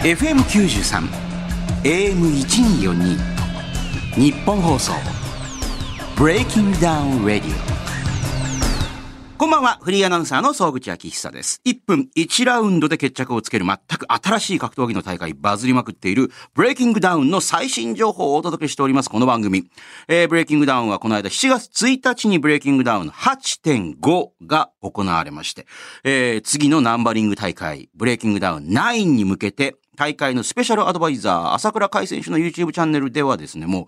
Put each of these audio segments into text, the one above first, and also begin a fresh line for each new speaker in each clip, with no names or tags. FM93 AM1242 日本放送ブレイキングダウンレディオこんばんはフリーアナウンサーの総口昭久です1分1ラウンドで決着をつける全く新しい格闘技の大会バズりまくっているブレイキングダウンの最新情報をお届けしておりますこの番組、えーブレイキングダウンはこの間7月1日にブレイキングダウン8.5が行われまして、えー次のナンバリング大会ブレイキングダウン9に向けて大会のスペシャルアドバイザー、朝倉海選手の YouTube チャンネルではですね、もう、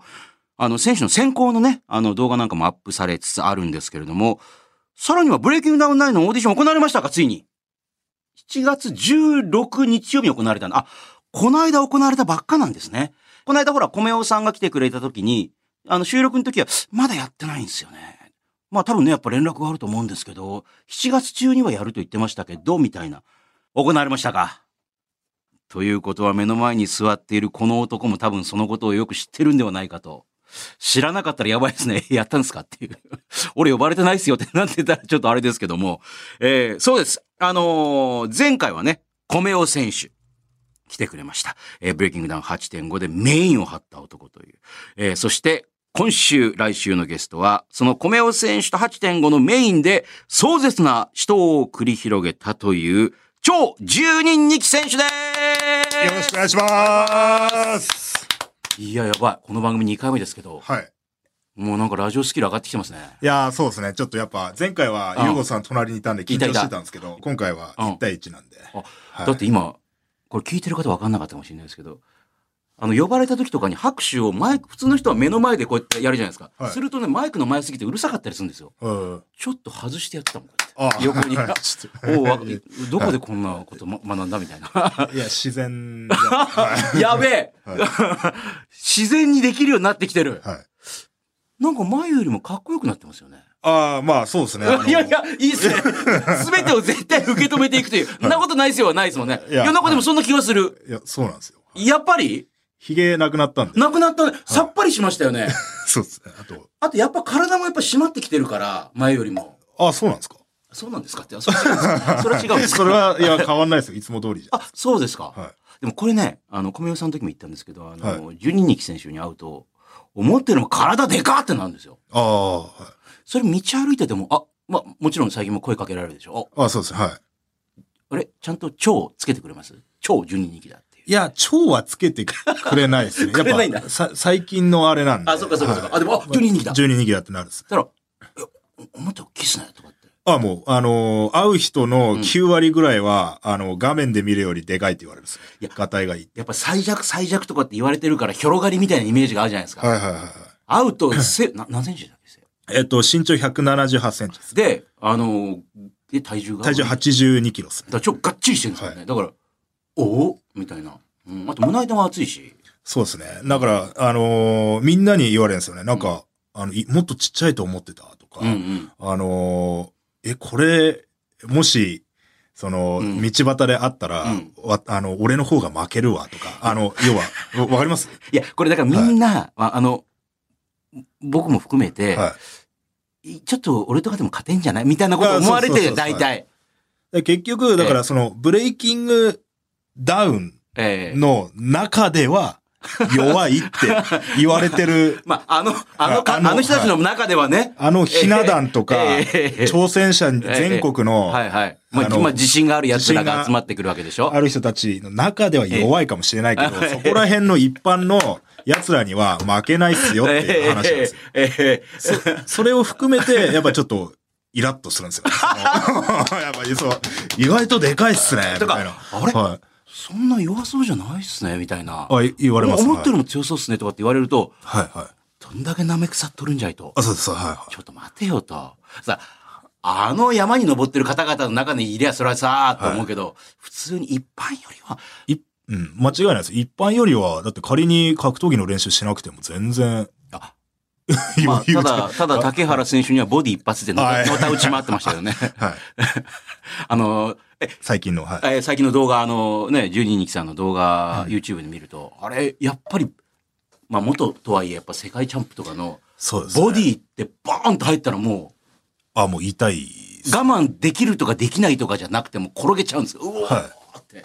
あの、選手の選考のね、あの、動画なんかもアップされつつあるんですけれども、さらにはブレイキングダウン9のオーディション行われましたか、ついに。7月16日曜日に行われたの。あ、この間行われたばっかなんですね。この間ほら、米尾さんが来てくれた時に、あの、収録の時は、まだやってないんですよね。まあ多分ね、やっぱ連絡があると思うんですけど、7月中にはやると言ってましたけど、みたいな。行われましたか。ということは目の前に座っているこの男も多分そのことをよく知ってるんではないかと。知らなかったらやばいですね。や ったんですかっていう。俺呼ばれてないっすよってなってたらちょっとあれですけども。えーそうです。あのー前回はね、米尾選手。来てくれました。えーブレイキングダウン8.5でメインを張った男という。えーそして、今週、来週のゲストは、その米尾選手と8.5のメインで、壮絶な死闘を繰り広げたという、超十人二期選手です
よろしくお願いします。
いや、やばい。この番組2回目ですけど、
はい。
もうなんかラジオスキル上がってきてますね。
いやー、そうですね。ちょっとやっぱ、前回は
うん、
ゆうごさん隣にいたんで緊張
いたいた
してたんですけど、今回は
うん
1対1なんで。
あ
はい
だって今、これ聞いてる方分かんなかったかもしれないですけど、あの、呼ばれた時とかに拍手をマイク、普通の人は目の前でこうやってやるじゃないですか。
はい
するとね、マイクの前すぎてうるさかったりするんですよ。
うん。
ちょっと外してやってたもん、こうや
あ
って横 に。
はいちょっと
おうわどこでこんなことま学んだみたいな。
いや、自然だ。は
やべえ、
は
自然にできるようになってきてる
い。。はい。
なんか前よりもかっこよくなってますよね。
ああ、まあ、そうですね。あの
いやいや、いいっす ね。すべてを絶対受け止めていくという。そんなことないですよはないですもんね。い
いや
や、なんかでもそんな気がする。
いや、そうなんですよ。
やっぱり、
ひげなくなったんで。
なくなったね。さっぱりしましたよね。
そうですね。あと、
あとやっぱ体もやっぱ締まってきてるから、前よりも。
ああ、そうなんですか。
そうなんですかって。あそれは違うんです かそれは違うんですか
それは、いや、変わんないですよ。いつも通りじゃ。
あ、そうですか。
は
でもこれね、あの、小宮さんの時も言ったんですけど、あの、ジュニニキ選手に会うと、思ってるの体でかってなるんですよ。
ああ、はい。
それ道歩いてても、あ、まあ、もちろん最近も声かけられるでしょ。
ああ、そうですね。はい。
ああれちゃんと超つけてくれます超ジュニニキだっていう。
いや、腸はつけてくれないですね。
くれないんだ
やっぱ、さ最近のあれなんで。
あそっかそっかそっか
はい
あでもあ12人だ
12人だってなるんです
そしたら、え、おお前とキスなよとかって。
あ、もう、あのー会う人の
うん
9割ぐらいは、あの、画面で見るよりでかいって言われるんですよ。
いや
ガタイがいい。
やっぱ最弱最弱とかって言われてるから、広がりみたいなイメージがあるじゃないですか。
いはいはい。
会うと、せ、な、何センチだっけ背
えっと、身長178センチです。
で、あの、で、体重が。
体重
だか
82キロですね。
らちょっとがっちりしてるんですよね。
は
だから、おおみたいな。うん。あと、胸板も厚いし。
そうですね。だから、あのーみんなに言われるんですよね。なんか、あの、いもっとちっちゃいと思ってたとか、
うんうん。
あのーえ、これ、もし、その、
うん
道端で会ったら、
うん
わあの、俺の方が負けるわとか、あの、要は、わわかり ます
いや、これだからみんな、まあ、あの、僕も含めて、
はい
ちょっと俺とかでも勝てんじゃないみたいなこと思われて
あそうそうそう
る、
そ
大
う
体。
い。で結局、だからその、ブレイキングダウン
ええ、
の中では弱いって言われてる
まあ、あの、あのか、あ
あの
の人たちの中ではね。
あのひな壇とか、
ええ
挑戦者全国の
はいはい。まあ、
あの
まあ自信がある奴ら
自信
が
が
集まってくるわけでしょ
ある人たちの中では弱いかもしれないけど、
ええ
そこら辺の一般の奴らには負けないっすよっていう話なんですよ。
ええええ
そそれを含めて、やっぱちょっと、イラッとするんです よ。そのやっぱりそう、意外とでかいっすね、
と
み
か
たいな。
あれ
はい
そんな弱そうじゃないっすね、みたいな。
あい言われます。
思ってる
はい
の強そうっすねとかって言われると、
はいはい。
どんだけ舐め腐っとるんじゃいと。
あ、そうです、そうはいはい。
ちょっと待てよと。さ、あの山に登ってる方々の中にいりゃそれはさあと思うけど、普通に一般よりは、
いうん、間違いないです。一般よりは、だって仮に格闘技の練習しなくても全然。
あ
言う
まあ、
言
た
う
だ、ただ竹原選手にはボディ一発での
はい
のた打ち回ってましたよね。
はい。
あの、え、
最近の、はい。
えー最近の動画、あのね、十二日さんの動画、YouTube で見ると、あれ、やっぱり、まあ元とはいえ、やっぱ世界チャンプとかの、
そうです、ね。
ボディってバーンと入ったらも
あ、もう痛いっ
う、
す。
我慢できるとかできないとかじゃなくてもう転げちゃうんですよ。うおーって。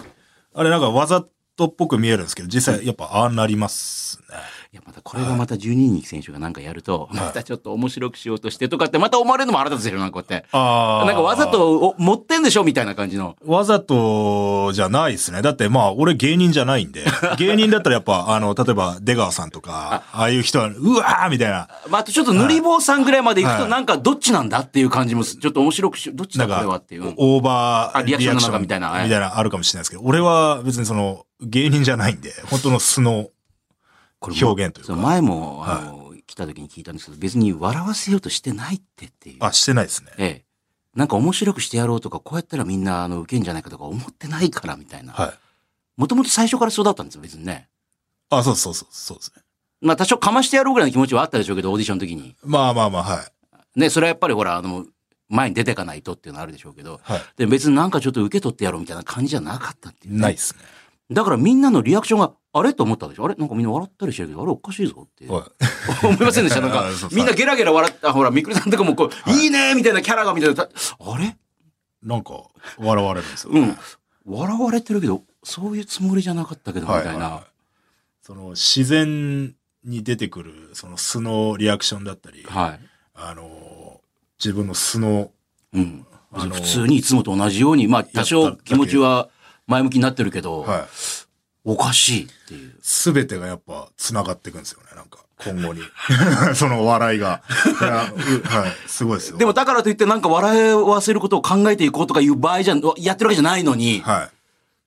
あれなんか技トっぽく見えるんですけど、実際やっぱああなりますね。
いや、またこれがまた12人選手がなんかやると、またちょっと面白くしようとしてとかって、また思われるのもあなたですよ、なんかこうやって。
あ
なんかわざ。とお持ってんでしょみたいな感じの。
わざとじゃないですね。だってまあ、俺芸人じゃない んで。芸人だったらやっぱ、あの、例えば出川さんとか、ああいう人は、うわーみたいな。
まあ、あとちょっと塗り棒さんぐらいまで行くと、
はい
なんかどっちなんだっていう感じもす、ちょっと面白くし、どっち
な
だ
ん
これは
か
っていう。、
オーバ
あ
ー
リ
リ
アクショ
アクショ
ン
ン
なのかみたいなはい
みたいなあるかもしれないですけど、俺は別にその、芸人じゃないんで、本当の素の、
こ
れも表現というか
そう前も、あの、来た時に聞いたんですけど、別に笑わせようとしてないってっていう。
あ、してないですね。
ええ。なんか面白くしてやろうとか、こうやったらみんな、あの、受けんじゃないかとか思ってないからみたいな。
はい。
もともと最初からそうだったんですよ、別にね。
あ、そうそうそう、そうですね。
まあ、多少かましてやろうぐらいの気持ちはあったでしょうけど、オーディションの時に。
まあまあまあ、はい。
ね、それはやっぱりほら、あの、前に出てかないとっていうのはあるでしょうけど、
はい。
で別になんかちょっと受け取ってやろうみたいな感じじゃなかったっていう、
ないですね。
だからみんなのリアクションが、あれと思ったでしょあれなんかみんな笑ったりしてるけど、あれおかしいぞって。
はい。
思いませんでしたなんか
あ そう、そう
みんなゲラゲラ笑った、ほら、みくりさんとかもこう、いいねーみたいなキャラがみたいな、あれ
なんか、笑われるんですよ、
う
ね。
ん。笑われてるけど、そういうつもりじゃなかったけど、み
はい
たい
は
な。
その、自然に出てくる、その素のリアクションだったり、
はい。
あのー、自分の素の、
うん。
あの
普通にいつもと同じように、まあ、多
や
少
っただけ
気持ちは前向きになってるけど、
はい。
おかしいっていう。
すべてがやっぱ、繋がっていくんですよね、なんか、今 後に。その笑いが。いやうはい。すごいですよ。
でも、だからといってなんか笑わせることを考えていこうとかいう場合じゃん、やってるわけじゃないのに、
はい。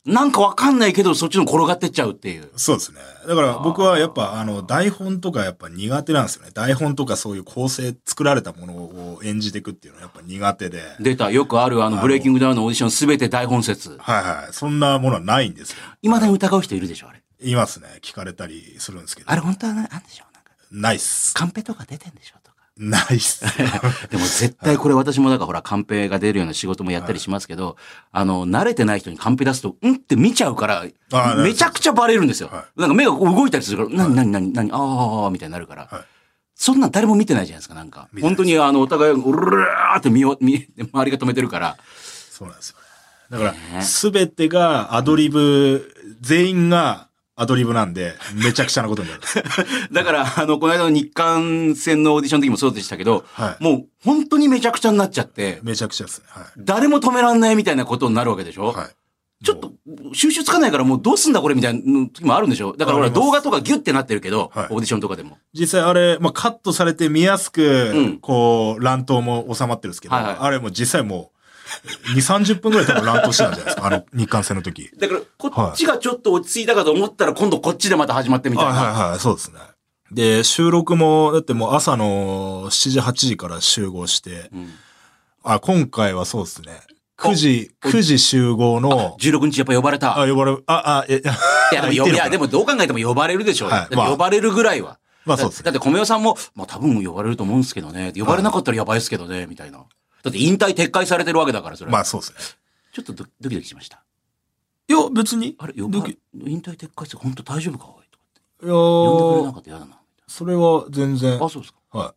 なんかわかんないけどそっちの転がってっちゃうっていう。
そうですね。だから僕はやっぱあの台本とかやっぱ苦手なんですよね。台本とかそういう構成作られたものを演じていくっていうのはやっぱ苦手で。
出た、よくあるあの、
の
ブレイキングダウンのオーディションすべて大本説。
はいはい。そんなものはないんですよ。
未だに疑う人いるでしょ、あれ。
いますね。聞かれたりするんですけど
あ。れ本当はななんでしょうなんか、
ないっす。
カンペとか出てんでしょとか。
ないっ す。
でも絶対これ私もだからほら、カンペが出るような仕事もやったりしますけど、あの、慣れてない人にカンペ出すと、うんって見ちゃうから
あ、ー
めちゃくちゃバレるんですよ
は。
なんか目がこう動いたりするから、なになになになに、あーあーあーみたいになるから
はい。
そんなん誰も見てないじゃないですか、なんか。
見てな
本
いです
当にあの、お互い、うるるーって見よ う、見、周りが止めてるから。
そうなんですよね。だから、すべてがアドリブ、全員がアドリブなんで、めちゃくちゃなことにな るんですよ。
だから、あの、この間の日韓戦のオーディションの時もそうでしたけど、
はい
もう本当にめちゃくちゃになっちゃって、
めちゃくちゃですね。はい。
誰も止めらんないみたいなことになるわけでしょ、
はい。
ちょっと収集つかないからもうどうすんだこれみたいな時もあるんでしょだからほら
あります
動画とかギュってなってるけど、
はい
オーディションとかでも。
実際あれ、まあ、カットされて見やすく、
うん
こう、乱闘も収まってるんですけど、
はいはい
あれもう実際もう、2、30分ぐらい多分乱闘してたんじゃないですか、あの、日韓戦の時。
だからこっちがちょっと落ち着いたかと思ったら今度こっちでまた始まってみたいな。
はいはいはい、そうですね。で、収録も、だってもう朝の7時、8時から集合して、
うん
あ、今回はそうですね。9時、9時集合の、
16日やっぱ呼ばれた。
あ、呼ばれ、あ、あ、え、
いやでも
言
よ
っ
い
てるか
や
ら
でもどう考えても呼ばれるでしょうよ、
はい
だって
まあ
呼ばれるぐらいは。
まあそうです
だ
ね。
って小宮さんも、まあ多分呼ばれると思うんですけどね。呼ばれなかったらやばいですけどね、みたいな。だって引退撤回されてるわけだから、それ。
まあそうですね。
ちょっとドドキドキしました。
いや、別に。
あれ、呼ば
ドキ
引退撤回して本当大丈夫かおいとかって。
いや
呼んでくれな
ー
かったら嫌だな。
それは全然。
あ、そうですか。
は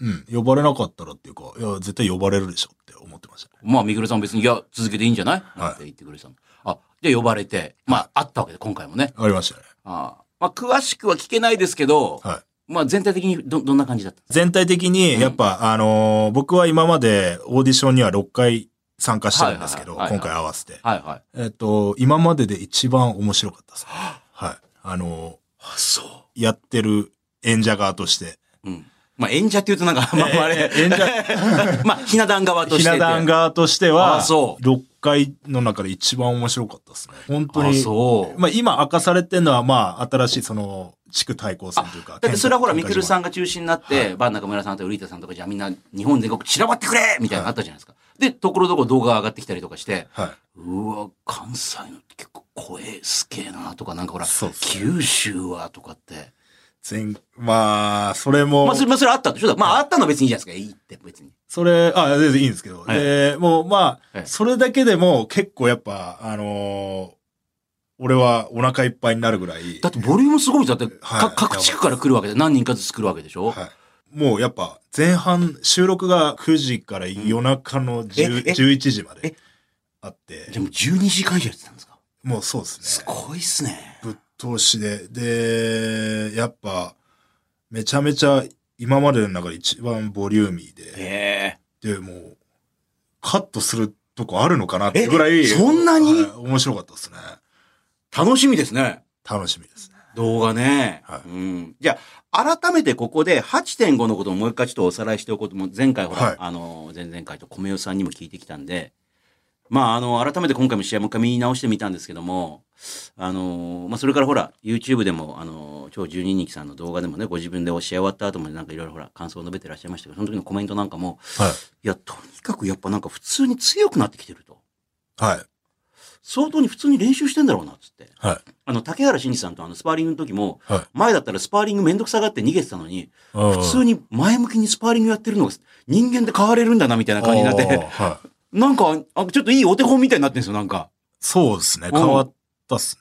い。うん。呼ばれなかったらっていうか、いや、絶対呼ばれるでしょって思ってました。
まあ、みぐるさん別に、いや、続けていいんじゃない
はい
なんて言ってくれてたの。あ、で呼ばれて、まあ、あったわけで、今回もね。
ありましたね。
ああまあ、詳しくは聞けないですけど、
はい。
まあ、全体的にど、どんな感じだった
全体的に、やっぱ、あのー僕は今までオーディションには6回参加してるんですけど、
はいはいはい
今回合わせて。
はいはい。
えっと、今までで一番面白かったです。はい。あの
あ、そ
ーやってる演者側として。
う。うん。まあ、演者って言うとなんか、まあ、あれ、
演者、
まあ、ひな壇側と
ひ
してて。
な壇側として
あ
は、
そう
6回の中で一番面白かったですね。本当
あ、
に。
そう。
まあ今明かされてるのは、まあ新しいその、地区対抗戦というか。
だってそれはほら、みくるさ
ん。
んが中心になって、バン中村さんとウリタさんとかじゃあみんな日本全国散らばってくれみたいなのあったじゃないですか。で、ところどころ動画が上がってきたりとかして、
は
うわ、関西のって結構声すげえなとか、なんかほら、
そうっすね
九州はとかって。
い。全、まあ、それも。
まあそれ、まあそれあったんでしょまああったのは別にいいじゃないですか。いいって別に。
それ、あ、全然いいんですけど。
はい
で、もう、まあ、
はい
それだけでも結構やっぱ、あのー俺はお腹いっぱいになるぐらい、
だってボリュームすごいじゃんだって、
はい
か各地区から来るわけで、何人かずつ来るわけでしょ、
はいもうやっぱ前半、収録が9時から夜中の10
ええ
11時ま
え
であって
で、も12時間以上やってたんですか
もうそうです
す
ね。
ごいっすね。
ぶっ通しで。で、やっぱ、めちゃめちゃ今までの中で一番ボリューミーで、
へ
で、もう、カットするとこあるのかなっていうぐら
え
い、
そんなに
はい面白かったですね。
え楽しみですね。
楽しみですね。
動画ね。
はい
うん。じゃあ、改めてここで8.5のことをもう一回ちょっとおさらいしておこうと思う。前回ほら、
はい
あの、前々回と米吉さんにも聞いてきたんで、まあ、あの、改めて今回も試合もう一回見直してみたんですけども、あの、まあ、それからほら、YouTube でも、あの、超12日さんの動画でもね、ご自分でお試合終わった後もなんかいろいろほら、感想を述べてらっしゃいましたけど、その時のコメントなんかも、
はい。
いや、とにかくやっぱなんか普通に強くなってきてると。
はい。
相当に普通に練習してんだろうな、つって。
はい。
あの、竹原慎二さんとあの、スパーリングの時も、
はい
前だったらスパーリングめんどくさがって逃げてたのに、
普
普通に前向きにスパーリングやってるのが人間で変われるんだな、みたいな感じになっ
あー
て、
はい。
なんか、あちょっといいお手本みたいになってるんですよ、なんか。
そうですね。
ん
変わったっす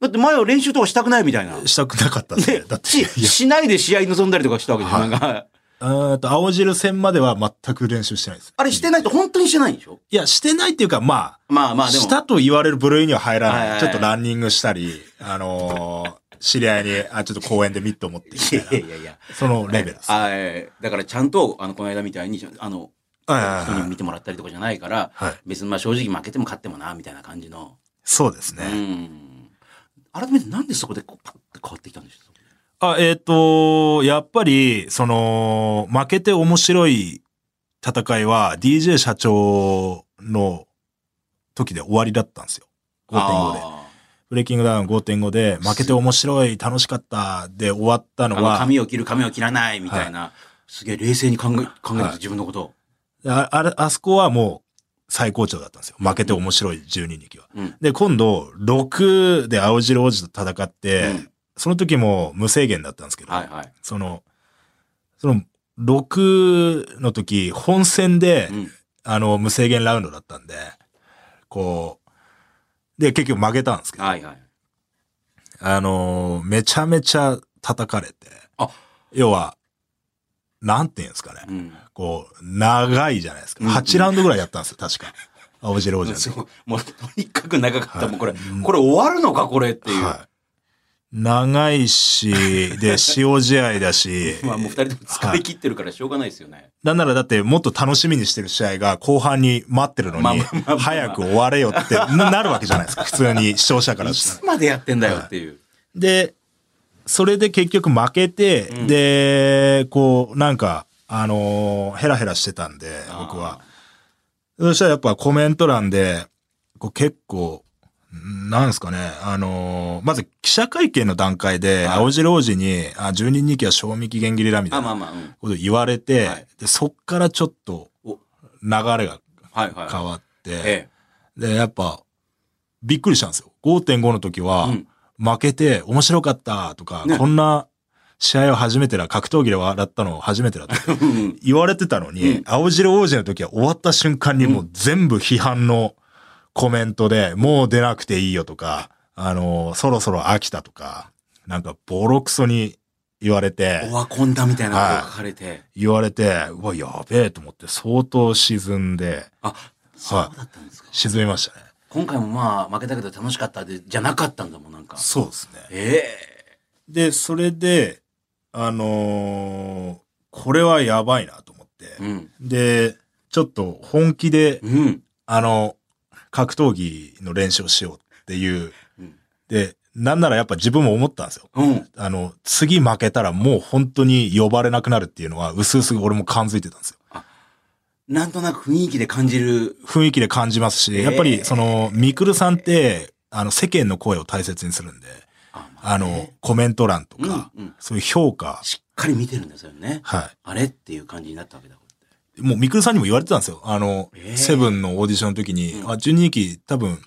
だって前は練習とかしたくないみたい な
ね。。したくなかったっすね。
で
だっ、て、い
し、
や、
しないで試合に臨んだりとかしたわけでしょ、な
は
いん か。
うーんと、青汁戦までは全く練習してないですね。
あれしてないと本当にしてないんでしょ
いや、してないっていうか、ま
まあま
あ、
あ、でも。
したと言われる部類には入ら
はいはいは
ないい。ちょっとランニングしたり、あのー、知り合いに、あ、ちょっと公園でミット持って
い
き
や
たい
いやいや。
な。そのレベルです。は
あ
い
えーだからちゃんと、あの、この間みたいに、あの、
はい
人に
は
見
い
てもらったりとかじゃないから、
はい。
別にまあ正直負けても勝ってもな、みたいな感じの。
そうです
う
ね。
ん。改めてなんでそこでこうパッと変わってきたんでしょう
あ、えっ、と、やっぱり、その、負けて面白い戦いは、DJ 社長の時で終わりだったんですよ。5.5で。
あ
ブレイキングダウン5.5で、負けて面白い、楽しかったで終わった
ー
の
あの
は、
髪を切る、髪を切らない、みたいな。すげえ冷静に考え、考えて
はい
自分のことを。
ああれあそこはもう最高潮だったんですよ。負けて面白い12人気は。
うん。
で、今度、6で青白王子と戦って、
うん
その時も無制限だったんですけど、
はいはい。
その、その、6の時、本戦で、
うん。
あの、無制限ラウンドだったんで、こう、で、結局負けたんですけど、
はいはい。
あの、めちゃめちゃ叩かれて、
あ
要は、なんていうんですかね、
うん。
こう、長いじゃないですか。
うんうん
8ラウンドぐらいやったんですよ、 確か。青白王子の
す
時
ごいもう、とにかく長かった。
はい
もうこれ、
うん
これ終わるのか、これっていう。、
はい。長いし、で、塩試合だし
まあもう二人とも疲れ切ってるからしょうがないですよね。
なんならだってもっと楽しみにしてる試合が後半に待ってるの
まあ
に
まあまあまあ、
早く終われよってななるわけじゃないですか、普通に視聴者から
い
したら
つ。までやってんだよっていう。
で、それで結局負けて、
うん
で、こう、なんか、あのーヘラヘラしてたんで、
あー
僕は。そしたらやっぱコメント欄で、こう結構、んなんですかね、あのーまず記者会見の段階で、
はい
青白王子に、あ、12人期は賞味期限切れだみた
あ、
い
まあ
な
まあ、うん。
こと言われて、
はい
でそっからちょっと
お
流れが
はいはい。
変わって、
え
で、やっぱ、びっくりしたんですよ。5.5の時
え。
は、
うん。
負けて面白かったとか、
ね
こんな試合を初めてだ、格闘技で笑ったの初めてだって
うん
言われてたのに、
うん
青汁王子の時は終わった瞬間にもう全部批判のコメントで、もう出なくていいよとか、あのそろそろ飽きたとか、なんかボロクソに言われて
オ、ワコンだみたいなことが書かれて。
言われて、うわ、やべえと思って相当沈んで、
あ、そう
は
だったんですか
い、。沈みましたね。
今回もまあ、負けたけど楽しかったで、じゃなかったんだもん、なんか。
そうですね。
え
で、それで、あのーこれはやばいなと思って、
えうん。
で、ちょっと本気で、
うん。
あの、格闘技の練習をしようっていう
うん。
で、なんならやっぱ自分も思ったんですよ。
うん。
あの、次負けたらもう本当に呼ばれなくなるっていうのは、うすうす俺も感づいてたんですよ。
なんとなく雰囲気で感じる。
雰囲気で感じますし、やっぱ
ええ
りその、ミクルさんって、あの、世間の声を大切にするんで、
あ、ま
あの、コメント欄と
うん、
か、
うん。
そういう評価、
しっかり見てるんですよね。
はい。
あれっていう感じになったわけだ。これって
もう、ミクルさんにも言われてたんですよ。あの、
ええ
セブンのオーディションの時に、
うん
あ、12期多分、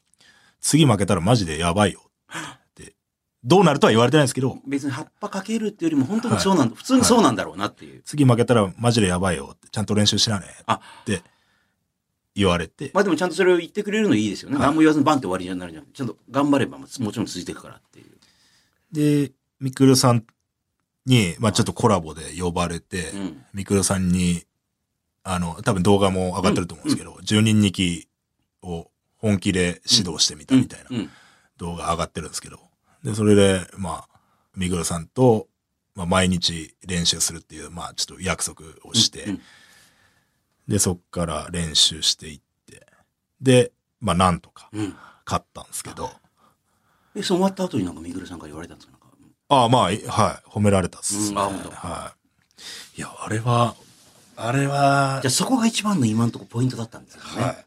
次負けたらマジでやばいよ。って。どうなるとは言われてないんですけど、
別に葉っぱかけるっていうよりも本当にそうなんだ、普通にそうなんだろうなっていう。
次負けたらマジでやばいよって、ちゃんと練習しなね。
あ
って言われて。
まあでもちゃんとそれを言ってくれるのいいですよね。
はい
何も言わずにバンって終わりになるじゃん。ちゃんと頑張ればもちろん続いていくからっていう。
で、ミクルさんに、まあちょっとコラボで呼ばれて、
うん。
ミクルさんに、あの、多分動画も上がってると思うんですけど、10人2期を本気で指導してみたみたいな。
うん。
動画上がってるんですけど。で、それで、まあ、みぐろさんと、まあ、毎日練習するっていう、まあ、ちょっと約束をして、
うんうん
で、そっから練習していって、で、まあ、なんとか
うん。
勝ったんですけど、
え、その終わった後になんかみぐるさんから言われたんですかなんか
ああ、まあ、いはい、褒められたっす、
うん
ね。
あ本当
はい。いや、あれは、あれは
じゃあ、そこが一番の今のとこポイントだったんですよね。
はい。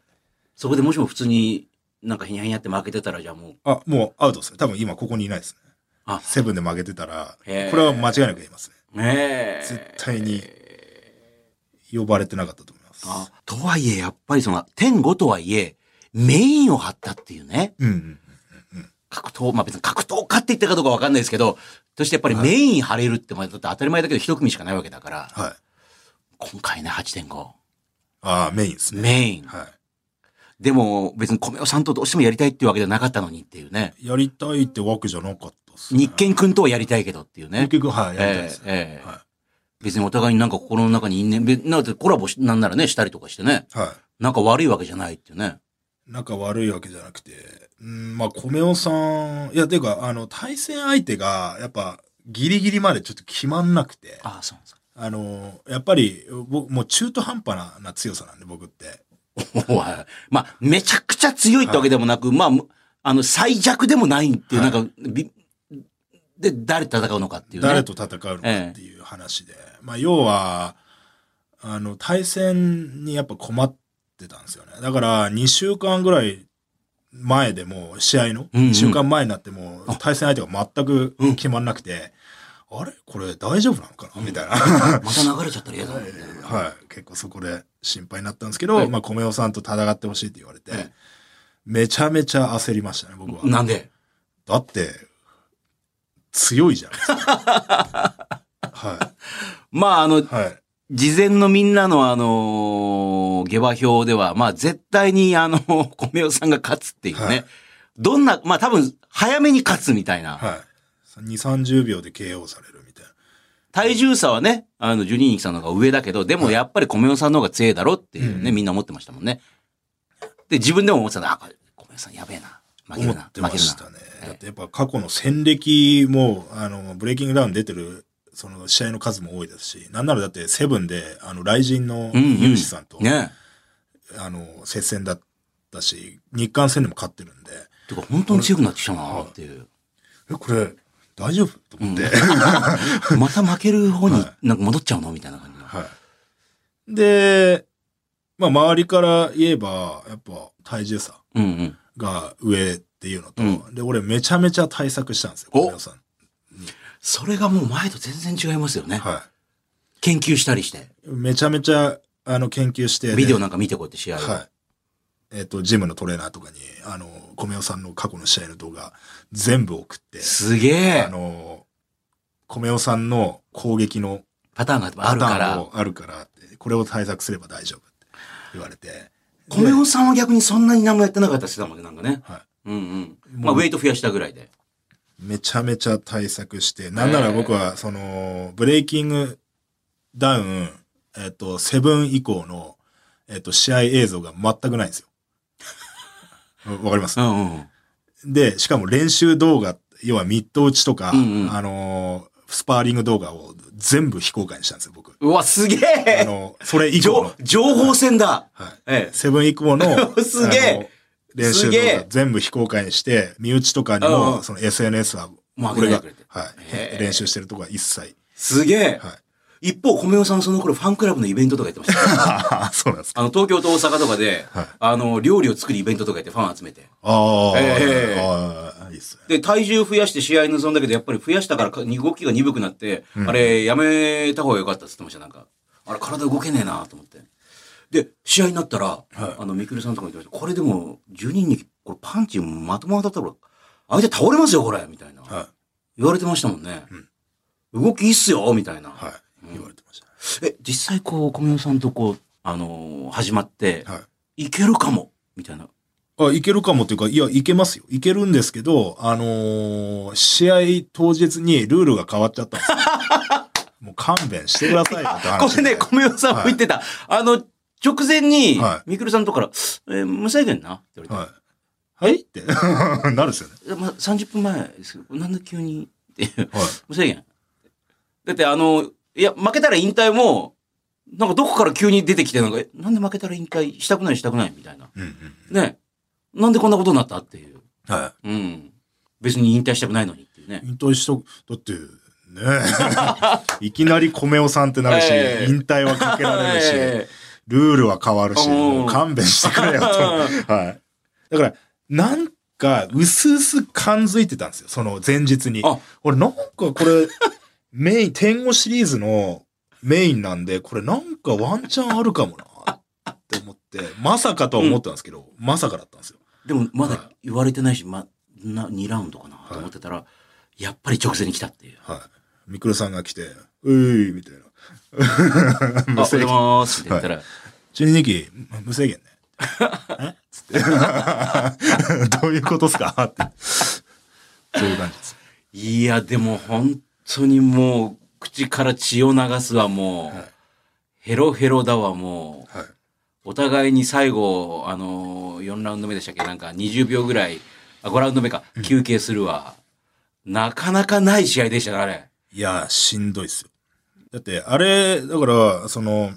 そこでもしも普通になんかひにゃひにゃって負けてたら、じゃあもう、
あ、もうアウトですね。多分今ここにいないですね。
あ
セブンで負けてたら、こ
へー
れは間違いなくいますね。
ねえ。
絶対に呼ばれてなかったと思います。
あとはいえ、やっぱりその、天5とはいえ、メインを張ったっていうね、
うんうん。
格闘、まあ別に格闘家って言ったかどうかわかんないですけど、そしてやっぱりメイン張れるって、まあだって当たり前だけど一組しかないわけだから、
はい。
今回ね、8.5。
ああ、メインですね。
メイン。
は
でも別に米尾さんとどうしてもやりたいっていうわけじゃなかったのにっていうね。
い。やりたいってわけじゃなかったっす、ね。
日健君とはやりたいけどっていうね
日。系くんはい、やりたいですね。
ええええ
は
別にお互いになんか心の中に因縁、べなんてコラボし、なんならね、したりとかしてね。
い。は
なんか悪いわけじゃないっていうね。
い。仲悪いわけじゃなくて、うん、まあ、米尾さん、いや、ていうか、あの、対戦相手が、やっぱ、ギリギリまでちょっと決まんなくて、あ
ああ、そうですか。
の、やっぱり、僕、もう中途半端なな強さなんで、僕って。
おはいまあ、めちゃくちゃ強いってわけでもなく、まあむ、あの、最弱でもないっていう、
はい
なんか、びで、誰と戦うのかっていうね。
誰と戦うのかっていう話で、まあ要はあの対戦にやっぱ困ってたんですよねだから2週間ぐらい前でもう試合の
うんうん
2週間前になっても
あ
対戦相手が全く
うん
決まんなくて、あれこれ大丈夫なのかなみたい な、
また流れちゃったら嫌だなみたいな。
はい、結構そこで心配になったんですけど、
はい
まあ米尾さんと戦ってほしいって言われて、
はい
めちゃめちゃ焦りましたね僕は。
なんで
だって、強いじゃないですか。 は
まあ、あの
い。、はい。
事前のみんなのあのー下馬評では、まあ絶対にあの、米尾さんが勝つっていうね。
はい
どんな、まあ多分、早めに勝つみたいな。
はい。2、30秒で KO されるみたいな。
体重差はね、あの、ジュニーニキさんの方が上だけど、でもやっぱり米尾さんの方が強いだろっていうね、
うん
みんな思ってましたもんね。で、自分でも思ってたんだ、あ、これ、米尾さんやべえな。負け
思
る
っ
な。負
てま
ける
した
な。
ね。だってやっぱ過去の戦歴も、あの、ブレイキングダウン出てる、その試合の数も多いですし、なんならだってセブンで、あの、雷神の
うんうん
ユウシさんと、
ね
あの、接戦だったし、日韓戦でも勝ってるんで、
え。てか、本当に強くなってきたなっていう。
え、これ、大丈夫と思って。
また負ける方に
は
なんか戻っちゃうのみたいな感じの。
はい。で、まあ、周りから言えば、やっぱ、体重差
うんうん。
が上っていうのと、
う
で、俺、めちゃめちゃ対策したんですよ、
お
米尾さん。
それがもう前と全然違いますよね。
は
研究したりして。
い。めちゃめちゃ、あの、研究して、
ビデオ
の。
なんか見てこうやって試合を。
はい。えっ、と、ジムのトレーナーとかに、あの、米尾さんの過去の試合の動画、全部送って、
すげ
あ
え。
の、米尾さんの攻撃の
パターンがあ
パ
る
タ
か
ーン
ら。
をあるからって、これを対策すれば大丈夫って言われて、
米尾さんは逆にそんなに何もやってなかったりしてたもんね、なんかね。
はい。
うんうん。ま
も
あ、
う
ウェイト増やしたぐらいで。
めちゃめちゃ対策して、なんなら僕は、その、ブレイキングダウン、えっと、セブン以降の、えっと、試合映像が全くないんですよ。 わわかります
うんうん。
で、しかも練習動画、要はミッド打ちとか、
うんうん
あのースパーリング動画を全部非公開にしたんですよ、僕。
うわ、すげ
あ
え
の、それ以降
情
の。
情報戦だ。
はい。
ええ。
セブン以降の
すげえ
あの練習
す
動
げ
画
え
全部非公開にして、身内とかに
うんうん
も、その SNS は、
もう上げ
俺
ない
が
でくれて、
は
へえ
い、練習してるとこは一切。
すげえ。
はい。
一方、米尾さんその頃ファンクラブのイベントとかやってましたよ。
ああ、そうなんですか。
あの、東京と大阪とかで
はい、
あの、料理を作るイベントとかやってファン集めて。
ああ、
ええ
ああいいっすね。
で、体重増やして試合に臨んだけど、やっぱり増やしたからか動きが鈍くなって、あれ、やめた方が良かったって言ってました、なんか。あれ、体動けねえなと思って。で、試合になったら、あの、みくるさんとかに言ってました、これでも、10人に、これパンチまとも当たったら、相手倒れますよ、これみたいな。
は
言われてましたもんね。動きいいっすよみたいな。
い。はい。言われてまし
え、実際こう、小宮さんとこう、あのー始まって、
た。はい。
い、けるかもみたいな。
あ、いけるかもっていうか、いや、いけますよ。いけるんですけど、あのー試合当日にルールが変わっちゃったん ですよ。もう勘弁してくださいよって話
これね、小宮さんも言ってた。あの、直前に
は、
みくるさんのとこから、えー無制限なって言われて、
はい。はいって なるっすよね。
まあ、30分前ですけど、なんで急にっていう。
はい。
無制限。だってあの、いや、負けたら引退も、なんかどこから急に出てきて、なんか、えなんで負けたら引退したくないしたくないみたいな。
うんうん。
ね。なんでこんなことになったっていう。
は
うん。別に引退したくないのにっていうね
い。。引退しと、だって、ね いきなり米尾さんってなるし、
ええ
引退はかけられるし、
え
ルールは変わるし、
うん
もう勘弁して くれ よと。はい。だから、なんか、うすうす感づいてたんですよ。その前日に
あ。
俺、なんかこれ、 メイン、天狗シリーズのメインなんで、これなんかワンチャンあるかもなって思って、まさかとは思ったんですけど、まさかだったんですよ。
えでもまだ言われてないし、ま、な2ラウンドかなと思ってたら、やっぱり直前に来たっていう。
はい。ミクロさんが来て、うーい、みたいな。
あ、お はよう
無
ご
制
ざい
限。
ますって言ったら、
12期、無制限 ね。えつって。どういうことっすかって。そういう感じです。
いや、でも本当にもう、口から血を流すわ、もう。
はい
ヘロヘロだわ、も
はい。
う。お互いに最後、あのー、4ラウンド目でしたっけなんか20秒ぐらい、あ、5ラウンド目か、休憩するわ。なかなかない試合でしたね、あれ。
いや、しんどいっすよ。だって、あれ、だから、その、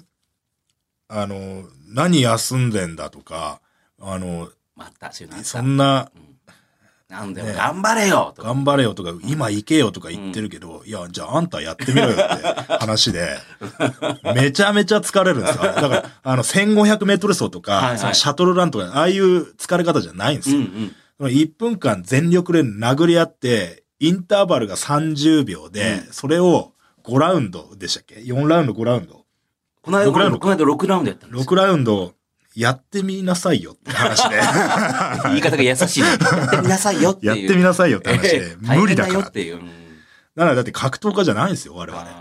あの、何休んでんだとか、あの、
また、そういうのあっ
そ
た。
んな、
なんだよ、
ね
頑張れよとか。
頑張れよとか、今行けよとか言ってるけど、いや、じゃああんたやってみろよって 話で、めちゃめちゃ疲れるんですよ。だから、あの、1500メートル走とか、
はいはい
そのシャトルランとか、ああいう疲れ方じゃないんです
うん
よ。
うん。
その1分間全力で殴り合って、インターバルが30秒で、
う
それを5ラウンドでしたっけ ?4 ラウンド、5ラウンド。
この間、
六
こ
ラウン
の
ド
間6ラウンドやったんですよ。
6ラウンドやってみなさいよって話で、
言い方が優しいね。やってみなさいよっていう。
やってみなさいよって話
え
で
え、
無理だか
大変よ
ら
っ。ていう。うん
なのでだって格闘家じゃないんですよ、我々。は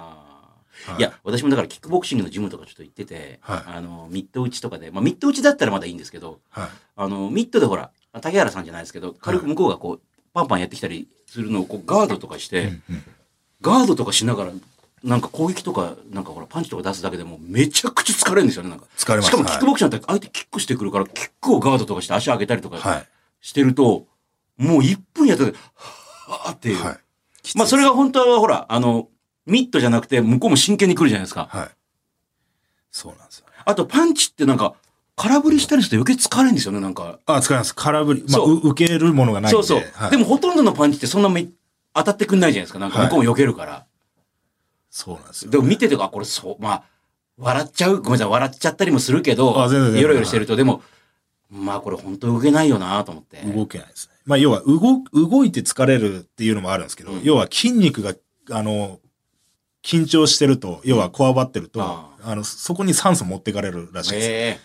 あーいや、私もだからキックボクシングのジムとかちょっと行ってて、
はい
あの、ミッド打ちとかで、まあミッド打ちだったらまだいいんですけど、
はい。
あの、ミッドでほら、竹原さんじゃないですけど、軽く向こうがこう、パンパンやってきたりするのをこうガードとかして、ガードとかしながら、なんか攻撃とか、なんかほら、パンチとか出すだけでもうめちゃくちゃ疲れるんですよね、なんか。
疲れます
しかもキックボクシングだって相手キックしてくるから、キックをガードとかして足上げたりとか
はい。
してると、もう1分やったら、はぁっていう。
はい。
まあそれが本当はほら、あの、ミットじゃなくて向こうも真剣に来るじゃないですか。
はい。そうなんですよ。
あとパンチってなんか、空振りしたりすると余計疲れるんですよね、なんか。
あ、疲れます。空振り。まあ、
そう
う受けるものがないん
そ
で。
うそう。
はい
でもほとんどのパンチってそんなめ当たってくんないじゃないですか。なんか向こうも避けるから。
そうなんですよ。
でも見ててか、これそう、まあ、笑っちゃう、ごめんなさい、笑っちゃったりもするけど、
あ全然全然
よろよろしてると、でも、まあこれ本当動けないよなと思って。
動けないですね。まあ、要は、動、動いて疲れるっていうのもあるんですけど、
うん
要は筋肉が、あの、緊張してると、要はこわばってると、
あ
あの、そこに酸素持ってかれるらしいで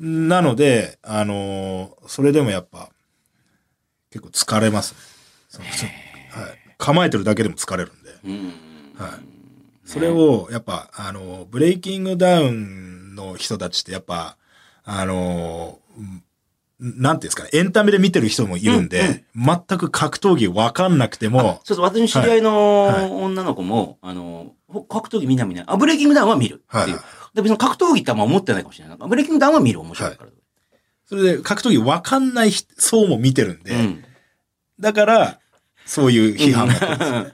す。
え
なので、あのーそれでもやっぱ、結構疲れますね。そのそはい。構えてるだけでも疲れるんで。
えうん。
はい。それを、やっぱ、あの、ブレイキングダウンの人たちって、やっぱ、あの、んなんていうんですかね、エンタメで見てる人もいるんで、全く格闘技わかんなくても、
そうそう、私の知り合いの女の子も、あの、ほ格闘技みんな見ない。あ、ブレイキングダウンは見るっていう。
はい
で別に格闘技ってあんま思ってないかもしれない。ブレイキングダウンは見る、面白いから。
それで格闘技わかんない人層も見てるんで、
うん
だから、そういう批判が来 るんですよね。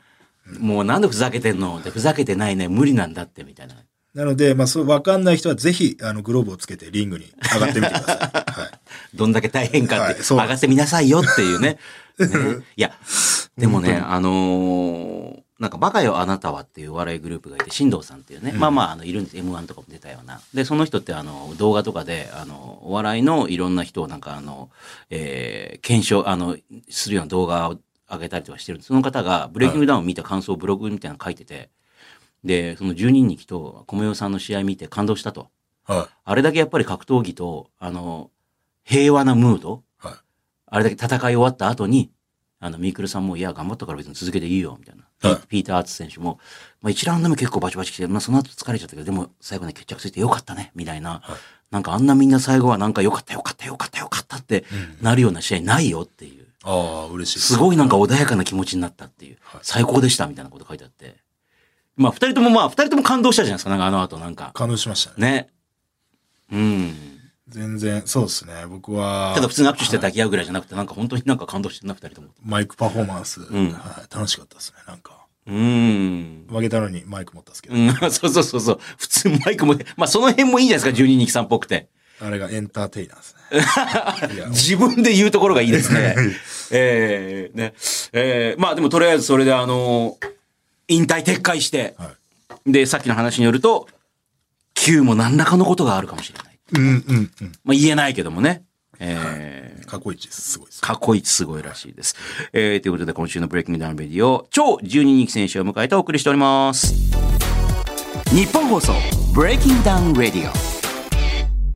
もうなんでふざけてんのってふざけてないね、無理なんだって、みたいな。
なので、まあ、そう、わかんない人はぜひ、あの、グローブをつけてリングに上がってみてください。はい。
どんだけ大変かって、
はい
上
そう
がってみなさいよって いうね。ねいや、でもね、あのーなんか、バカよあなたはっていうお笑いグループがいて、新藤さんっていうね、まあまあ、あの、いるんです。M1 とかも出たような。で、その人って、あの、動画とかで、あの、お笑いのいろんな人をなんか、あの、えー検証、あの、するような動画を上げたりとかしてるんです。その方が、ブレイキングダウンを見た感想をブログみたいなの書いてて、で、その12人に来と、米代さんの試合見て感動したと。
は
あれだけやっぱり格闘技と、あの、平和なムード、
はい
あれだけ戦い終わった後に、あの、ミークルさんも、いや、頑張ったから別に続けていいよ、みたいな。
はい
ピーター・アーツ選手も、まあ、1ラウンド目結構バチバチ来て、まあ、その後疲れちゃったけど、でも最後ね、決着ついてよかったね、みたいな。
はい
なんかあんなみんな最後はなんかよかったよかったよかったよかったって
うん
なるような試合ないよっていう。
ああ、嬉しいです
ごいなんか穏やかな気持ちになったっていう
はい。
最高でした、みたいなこと書いてあって。まあ、二人ともまあ、二人とも感動したじゃないですか、なんかあの後なんか。
感動しましたね。
ね。うん。
全然、そうですね。僕は。
ただ普通に握手して
はい
抱き合うぐらいじゃなくて、なんか本当になんか感動してんな、二人とも。
マイクパフォーマンス、
ん
はい、楽しかったですね。なんか、
うーん。
負けたのにマイク持ったんですけど、
うん、 そうそうそうそう。普通マイクも、まあその辺もいいんじゃないですか、12日さんっぽくて。
あれがエンターテイナー ですね。いや
自分で言うところがいい ですね。ええね。ええまあでもとりあえずそれであの引退撤回して、
はい
で、さっきの話によると、Q も何らかのことがあるかもしれない。
うんうんうん。
まあ言えないけどもね。ええ
過去一です。すごいです。
過去一すごいらしいです。えー、ということで今週のブレイキングダウンレディオ、超12人気選手を迎えてお送りしております。日本放送、ブレイキングダウンレディオ。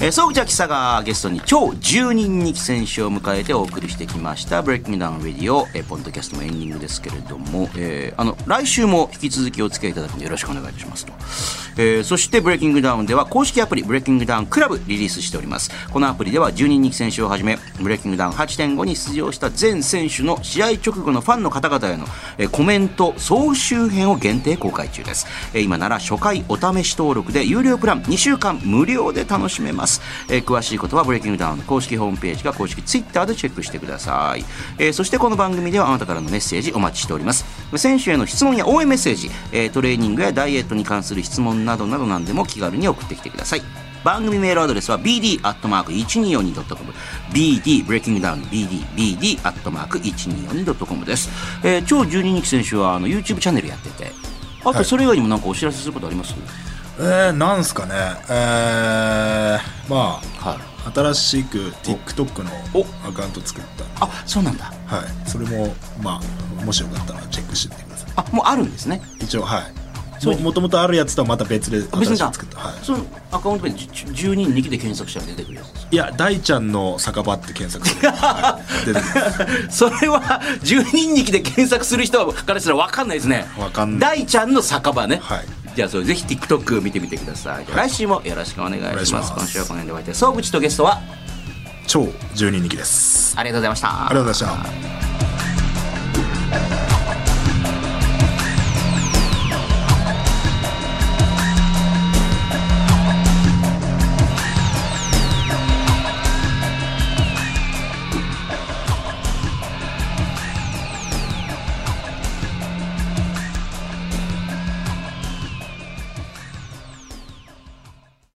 えー、総口秋さがゲストに超10人に選手を迎えてお送りしてきました「ブレイキングダウンレディオ」えーポッドキャストのエンディングですけれども、えーあの来週も引き続きお付き合いいただくのでよろしくお願いいたしますと、えーそして「ブレイキングダウン」では公式アプリ「ブレイキングダウンクラブ」リリースしておりますこのアプリでは10人に選手をはじめ「ブレイキングダウン8.5」に出場した全選手の試合直後のファンの方々への、えーコメント総集編を限定公開中です、えー今なら初回お試し登録で有料プラン2週間無料で楽しめます、えー詳しいことはブレイキングダウンの公式ホームページか公式ツイッターでチェックしてください、えーそしてこの番組ではあなたからのメッセージお待ちしております選手への質問や応援メッセージ、えートレーニングやダイエットに関する質問などなど何でも気軽に送ってきてください番組メールアドレスは bd.1242.com bd ブレイキングダウン bdbd.1242.com です、えー、超12日選手はあの YouTube チャンネルやっててあとそれ以外にもなんかお知らせすることあります
えー、なんすかね。えー、
は
ま
い
あ、新しく TikTok の
お
アカウント作ったんで
あそうなんだ
はい。それも、まあ、もしよかったらチェックしてみてください。
あもうあるんですね
一応、はい。
そ
も
う
もともとあるやつとはまた別で
別
新
に
し
だ
く作った。はい。
そのアカウント名でじじ12人2期で検索したら出てくるやつです
いや、大ちゃんの酒場って検索する。はい、出てきます。
それは12人2期で検索する人からしたら分かんないですね
わかんない
大ちゃんの酒場ね
はい
じゃあそれぜひ TikTok 見てみてください、来週もよろしくお願いし
お願
ま
い
す
します
今週はこの辺でお相手総口とゲストは
超12人気です。
ありがとうございました
ありがとうございました。